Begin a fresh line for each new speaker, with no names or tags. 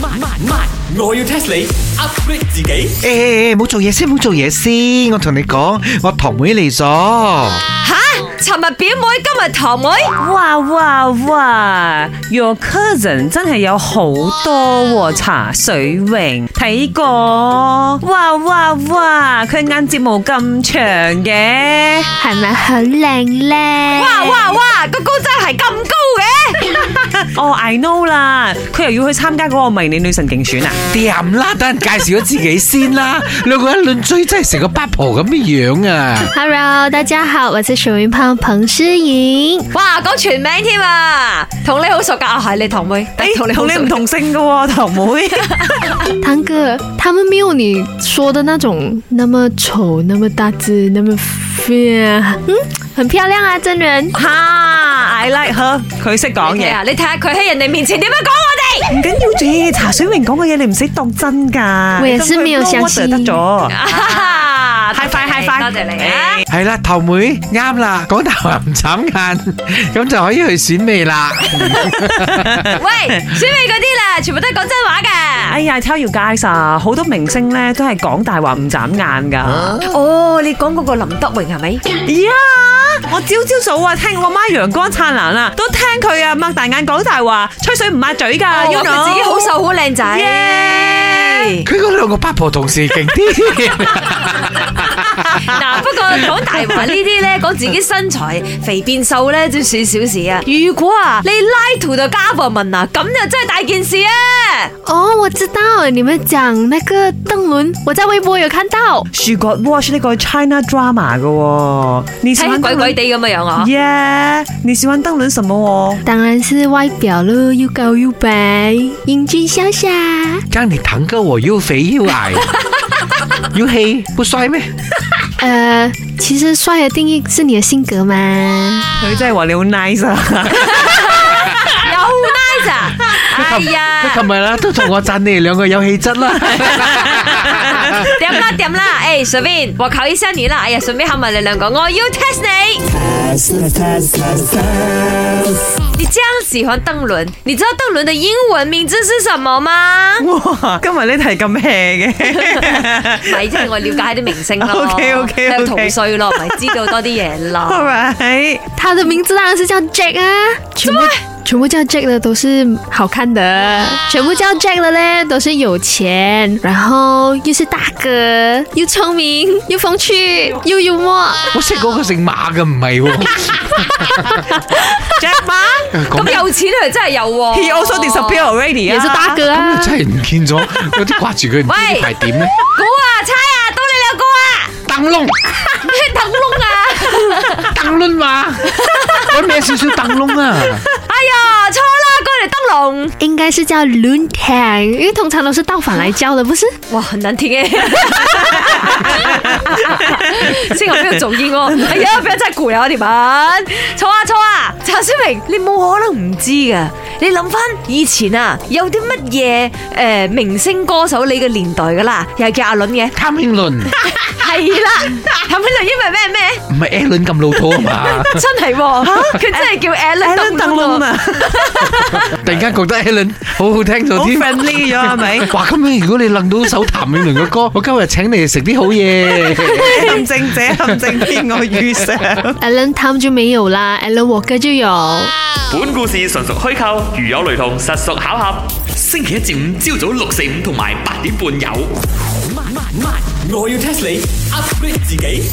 慢慢慢，我要 test 你 upgrade 自己。
誒誒誒，冇做嘢先，冇做嘢先。我同你講，我堂妹嚟咗。
吓，尋日表妹，今日堂妹，
哇哇哇！Your cousin 真係有好多喎、茶水榮睇過，哇哇哇！佢眼睫毛咁長嘅，
係咪好靚咧？
哇哇哇，個高踭係咁高 嘅，
哦、I Oh, know 啦，佢又要去參加嗰個迷你女神競選啊！
掂啦，等人介紹咗自己先啦。兩個人輪追真係成個八婆咁嘅樣啊！
！Hello，大家好，我是水云胖彭詩瑩。
哇講全名添啊，同你好熟噶，啊係你堂妹，
誒
同你好
同你
熟
唔同姓嘅喎，堂妹。
堂哥，他們沒有你說的那種那麼醜、那麼大只、那麼 fit 啊。嗯，很漂亮啊，真人。
嚇，I like her，佢識講
你睇
嘢
下，。你睇下佢喺人哋面前點樣講我 哋。
唔緊要啫，茶水榮講嘅嘢你唔使當真㗎。
我也是沒有相信
你當佢 no wonder 得咗。
啊
嗨快嗨
多
快！
謝你啊！
係啦，堂妹啱啦，講頭唔眨眼，咁就可以去選美啦。
喂，選美嗰啲啦，全部都係講真話嘅。
哎呀，tell you guys 啊，好多明星咧都係講大話唔眨眼噶。
哦，你講嗰個林德榮係咪？
呀，我朝朝早啊聽我媽陽光燦爛啊，都聽佢啊擘大眼講大話，吹水唔抹嘴噶。
Oh，
哦佢自己好瘦好靚仔。
耶
佢嗰兩個八婆同事勁啲。
嗱，不過講大話呢啲咧，講自己身材肥變瘦咧，都算小事啊。如果啊，你拉圖就加博文啊，咁就真係大件事啊！
哦，我知道，你們講那個鄧倫，我在微博有看到。
，She Got Watch 呢個 China drama 噶，你喜
睇
歡
起
燈
鬼鬼
籠？
地咁嘅樣啊！
耶，你喜歡燈輪什麼哦？
當然是外表咯，又高又白，英俊瀟灑。
讓你堂哥我又肥又矮，又黑不帥咩？
呃，其實帥的定義是你的性格嘛。
佢真係話你好 nice 啊！
有 nice 啊！哎
佢
呀，
琴日啦都同我讚你哋兩個有氣質啦。
掂啦掂啦，誒，順便我考一下你啦，哎呀，順便考埋你兩個，我要 test 你。你這樣喜歡鄧倫，你知道鄧倫的英文名字是什麼嗎？
哇，今日呢題咁 hea 嘅
咪即係我了解啲明 星咯
OK，OK，OK
睇佢同歲咯，咪知道多啲嘢咯。
，all right。
他的名字當然是叫 Jack 啊，全部全部叫 Jack 的都是好看的，全部叫 Jack 的嘞都是有錢，然後又是大哥，又聰明，又風趣，又幽默。
我識嗰個姓馬嘅唔係喎。
Jack Ma。
咁
咁有錢佢真係有喎。
He also disappear already 啊！
也是大哥
咁
啊
又！真係唔見咗，我啲掛住佢唔知呢排點咧？
估啊，猜啊，到你兩個
燈
啊，
籠
咩等窿啊？
燈籠嘛，揾咩少少燈籠啊？
哎呀，錯啦，過嚟燈
應該是叫 Loon Tang，因為通常都是倒反來叫的，不是？
籠。哇，很難聽嘅。先我邊度做煙喎？哎呀，俾人真係攰啊！我哋問，錯啊錯啊！查小明，你冇可能唔知噶。你諗翻以前啊，有啲乜嘢誒明星歌手你嘅年代噶啦，又係叫阿倫嘅，
譚詠麟
係 啦。後尾就因為咩咩，
唔係 Alan 咁老土啊嘛？
真係喎，佢真係叫 Alan
等
鄧
等窿
窿啊！
啊，
突然間覺得 Alan 好好聽咗
好
添。
friendly 咗係咪？
哇！咁樣如果你楞到首譚詠麟嘅歌，我今日請你哋食啲好嘢。
陷阱者陷阱偏我遇上。
Alan Tam 就沒有啦，Alan Walker 就有。
本故事純屬虛構，如有雷同，實屬巧合。星期一至五朝早六四五同埋八點半有。
慢慢慢，我要 test 你 upgrade 自己。